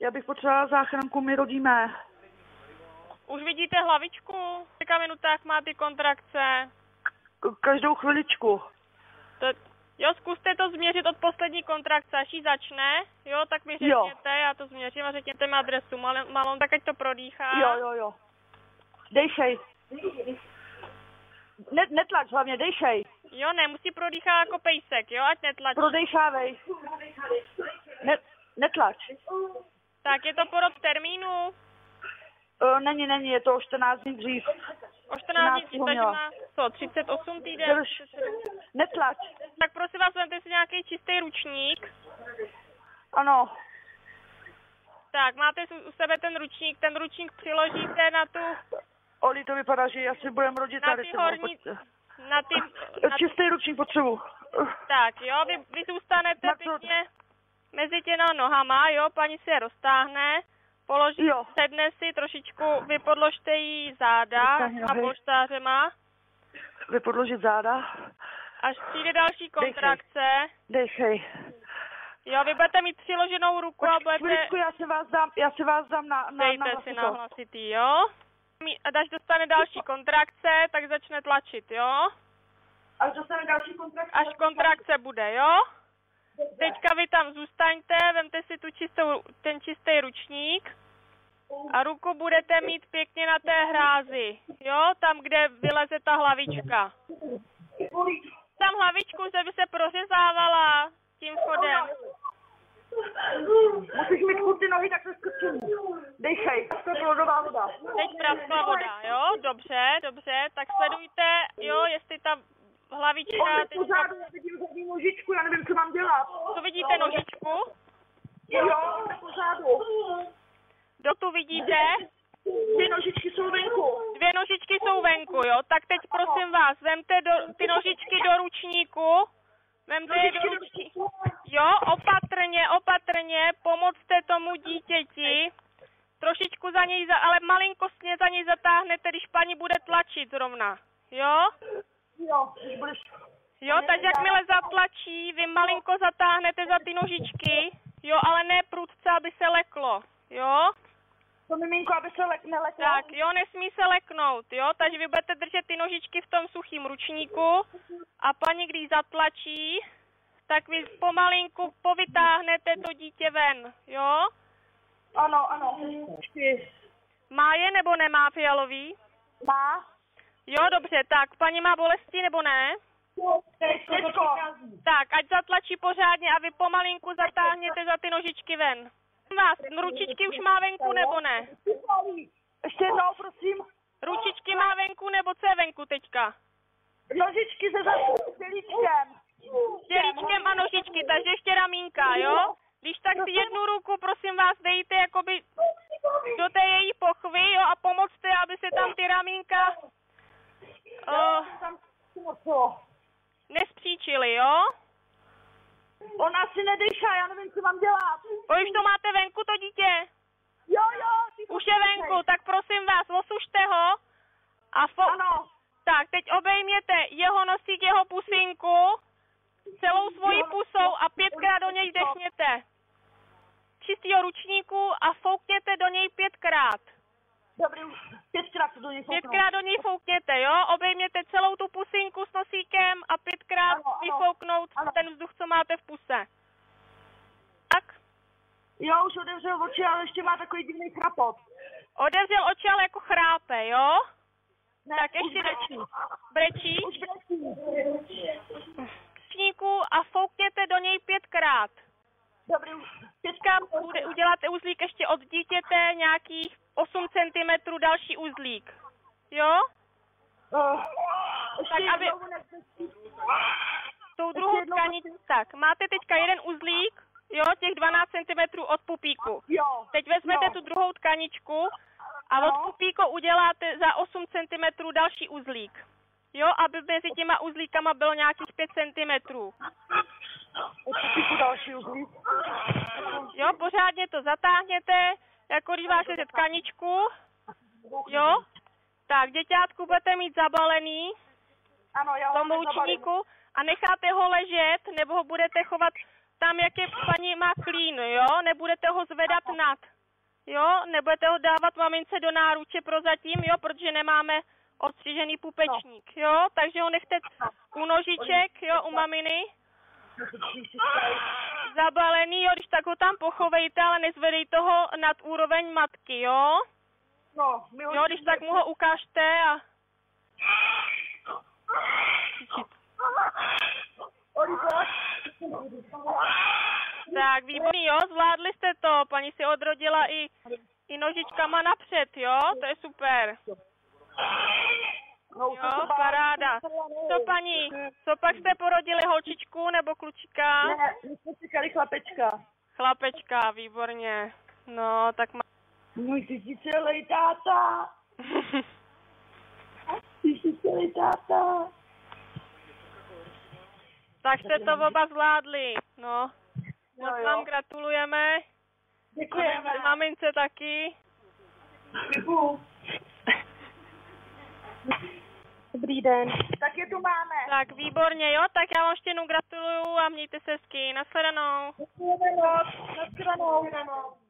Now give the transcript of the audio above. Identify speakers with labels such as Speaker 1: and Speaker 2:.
Speaker 1: Já bych potřebovala záchranku, my rodíme.
Speaker 2: Už vidíte hlavičku? V kolika minutách má ty kontrakce?
Speaker 1: K- každou chviličku.
Speaker 2: To, jo, zkuste to změřit od poslední kontrakce, až jí začne. Jo, tak mi
Speaker 1: Jo.
Speaker 2: řekněte, já to změřím a řekněte mi adresu. Mal, malon, tak ať to prodýchá.
Speaker 1: Jo, jo, jo. Dejšej. Ne, netlač hlavně, dejšej.
Speaker 2: jo nemusí prodýchá jako pejsek, jo, ať netlačí.
Speaker 1: Prodejšávej. Ne, netlač.
Speaker 2: tak je to porod termínu.
Speaker 1: E, není, není, je to o 14 dní dřív.
Speaker 2: O 14 dní,
Speaker 1: 13.
Speaker 2: takže
Speaker 1: měla.
Speaker 2: má co, 38 týden?
Speaker 1: Drž. Netlač.
Speaker 2: Tak prosím vás, vemte si nějaký čistý ručník.
Speaker 1: Ano.
Speaker 2: Tak, máte u- u sebe ten ručník, ten ručník přiložíte na tu,
Speaker 1: Oli, to vypadá, že asi budeme rodit
Speaker 2: Na
Speaker 1: tady.
Speaker 2: ty
Speaker 1: sebou,
Speaker 2: horní-
Speaker 1: pojďte.
Speaker 2: na ty,
Speaker 1: E,
Speaker 2: na
Speaker 1: Čistý ručník potřebu.
Speaker 2: Tak jo, vy, vy zůstanete
Speaker 1: Na co-
Speaker 2: pěkně mezi těma nohama, jo, paní si je roztáhne, položí,
Speaker 1: Jo.
Speaker 2: sedne si trošičku, vy podložte jí záda
Speaker 1: Roztáhni
Speaker 2: a
Speaker 1: nohy.
Speaker 2: polštářema,
Speaker 1: Vypodložit záda.
Speaker 2: až přijde další kontrakce,
Speaker 1: Dejšej.
Speaker 2: jo, vy budete mít přiloženou ruku a
Speaker 1: Počkej,
Speaker 2: budete,
Speaker 1: chviličku, já se vás dám, já se vás dám na, na, na
Speaker 2: dejte si na
Speaker 1: hlasito.
Speaker 2: hlasitý, jo. Mí- A až dostane další kontrakce, tak začne tlačit, jo.
Speaker 1: Až dostane další kontrakt.
Speaker 2: Až kontrakce bude, jo. Teďka vy tam zůstaňte, vemte si tu čistou, ten čistý ručník a ruku budete mít pěkně na té hrázi, jo, tam, kde vyleze ta hlavička. Tam hlavičku, že by se prořezávala tím chodem.
Speaker 1: Musíš mít chutný nohy, tak se skrčím. Dejchej, to je plodová voda.
Speaker 2: Teď praskla voda, jo, dobře, dobře, tak sledujte, jo, jestli ta hlavička,
Speaker 1: tu
Speaker 2: teďka,
Speaker 1: zádu, já vidím zadní nožičku, já nevím, co mám dělat.
Speaker 2: tu vidíte nožičku,
Speaker 1: Jo, po zádu.
Speaker 2: do tu vidíte,
Speaker 1: Ty nožičky jsou venku.
Speaker 2: Dvě nožičky jsou venku, jo? Tak teď prosím vás, vemte do, ty nožičky do ručníku. Vemte je do ručníku. Jo, opatrně, opatrně, pomocte tomu dítěti. Trošičku za něj, za, ale malinkostně za něj zatáhnete, když paní bude tlačit zrovna. Jo?
Speaker 1: Jo, když budeš...
Speaker 2: Jo, takže jakmile zatlačí, vy malinko zatáhnete za ty nožičky. Jo, ale ne prudce, aby se leklo. Jo?
Speaker 1: To miminko, aby se lek, neleklo.
Speaker 2: Tak, jo, nesmí se leknout, jo, takže vy budete držet ty nožičky v tom suchým ručníku a paní, když zatlačí, tak vy pomalinku povytáhnete to dítě ven, jo.
Speaker 1: Ano, ano. Ty.
Speaker 2: Má je nebo nemá fialový?
Speaker 1: Má?
Speaker 2: Jo, dobře, tak, paní má bolesti nebo ne?
Speaker 1: Teďko.
Speaker 2: Tak, ať zatlačí pořádně a vy pomalinku zatáhněte za ty nožičky ven. Vás, ručičky už má venku nebo ne?
Speaker 1: Ještě jednou, prosím.
Speaker 2: Ručičky má venku nebo co je venku teďka?
Speaker 1: Nožičky se zase dělíčkem.
Speaker 2: Dělíčkem a nožičky, takže ještě ramínka, jo? Když tak si jednu ruku, prosím vás, dejte jakoby do té její pochvy, jo, a pomocte, aby se tam ty ramínka uh, nespříčily, jo?
Speaker 1: Ona si nedýchá, já nevím, co mám dělat.
Speaker 2: Vy už to máte venku, to dítě?
Speaker 1: Jo, jo. Ty
Speaker 2: Už je venku, tak prosím vás, osušte ho a fo-
Speaker 1: Ano.
Speaker 2: Tak, teď obejměte jeho nosík, jeho pusinku, celou svoji pusou a pětkrát do něj dechněte. Čistýho ručníku a foukněte do něj pětkrát.
Speaker 1: Dobrý, už pětkrát to do něj fouknu.
Speaker 2: Pětkrát do něj foukněte, jo? Obejměte celou tu pusinku s nosíkem a pětkrát
Speaker 1: Ano, ano.
Speaker 2: vyfouknout
Speaker 1: Ano.
Speaker 2: ten vzduch, co máte v puse. Tak,
Speaker 1: Jo, už otevřel oči, ale ještě má takový divný chrapot.
Speaker 2: odevřel oči, ale jako chrápe, jo?
Speaker 1: Ne,
Speaker 2: Tak
Speaker 1: už
Speaker 2: ještě
Speaker 1: brečí.
Speaker 2: Brečí?
Speaker 1: Už brečí.
Speaker 2: Ručníku a foukněte do něj pětkrát.
Speaker 1: Dobrý, už
Speaker 2: Teďka bude udělat uzlík ještě od dítěte nějakých 8 cm další uzlík. Jo?
Speaker 1: Uh,
Speaker 2: Tak, aby- Tou druhou
Speaker 1: jednou,
Speaker 2: tkaní. Tak, máte teďka jeden uzlík, jo, těch 12 cm od pupíku.
Speaker 1: Jo.
Speaker 2: Teď vezmete
Speaker 1: No.
Speaker 2: tu druhou tkaničku a od
Speaker 1: No.
Speaker 2: pupíku uděláte za 8 cm další uzlík. Jo, aby mezi těma uzlíkama bylo nějakých 5 cm.
Speaker 1: Typu další uzlík.
Speaker 2: Jo, pořádně to zatáhněte, jako když vážete tkaničku. Jo? Tak, děťátku budete mít zabalený
Speaker 1: Ano, já
Speaker 2: v tom
Speaker 1: ho tak zabalím.
Speaker 2: ručníku a necháte ho ležet, nebo ho budete chovat tam, jak je paní má klín, jo? Nebudete ho zvedat nad, jo? Nebudete ho dávat mamince do náruče prozatím, jo? Protože nemáme odstřižený pupečník,
Speaker 1: No.
Speaker 2: jo? Takže ho nechte u nožiček, jo? U maminy zabalený, jo? Když tak ho tam pochovejte, ale nezvedejte ho nad úroveň matky, jo?
Speaker 1: No, my ho
Speaker 2: Jo, když tak mu ho ukážte a...
Speaker 1: Oli, pojď.
Speaker 2: Tak, výborný, jo, zvládli jste to. Paní si odrodila i, i nožičkama napřed, jo, to je super.
Speaker 1: No, to
Speaker 2: Jo,
Speaker 1: se bá-
Speaker 2: paráda. Co paní, co pak jste porodili holčičku nebo klučíka?
Speaker 1: Ne, my jsme čekali chlapečka.
Speaker 2: Chlapečka, výborně. No, tak má...
Speaker 1: Můj ty jsi celý táta. Ty jsi celý táta.
Speaker 2: tak jste to oba zvládli, no. Moc vám gratulujeme.
Speaker 1: Děkujeme.
Speaker 2: Mamince taky.
Speaker 1: Děkuju.
Speaker 3: Dobrý den.
Speaker 1: Tak je tu máme.
Speaker 2: Tak, výborně, jo, tak já vám ještě jednou gratuluju a mějte se hezky. Nashledanou.
Speaker 1: Děkujeme moc. Naschledanou.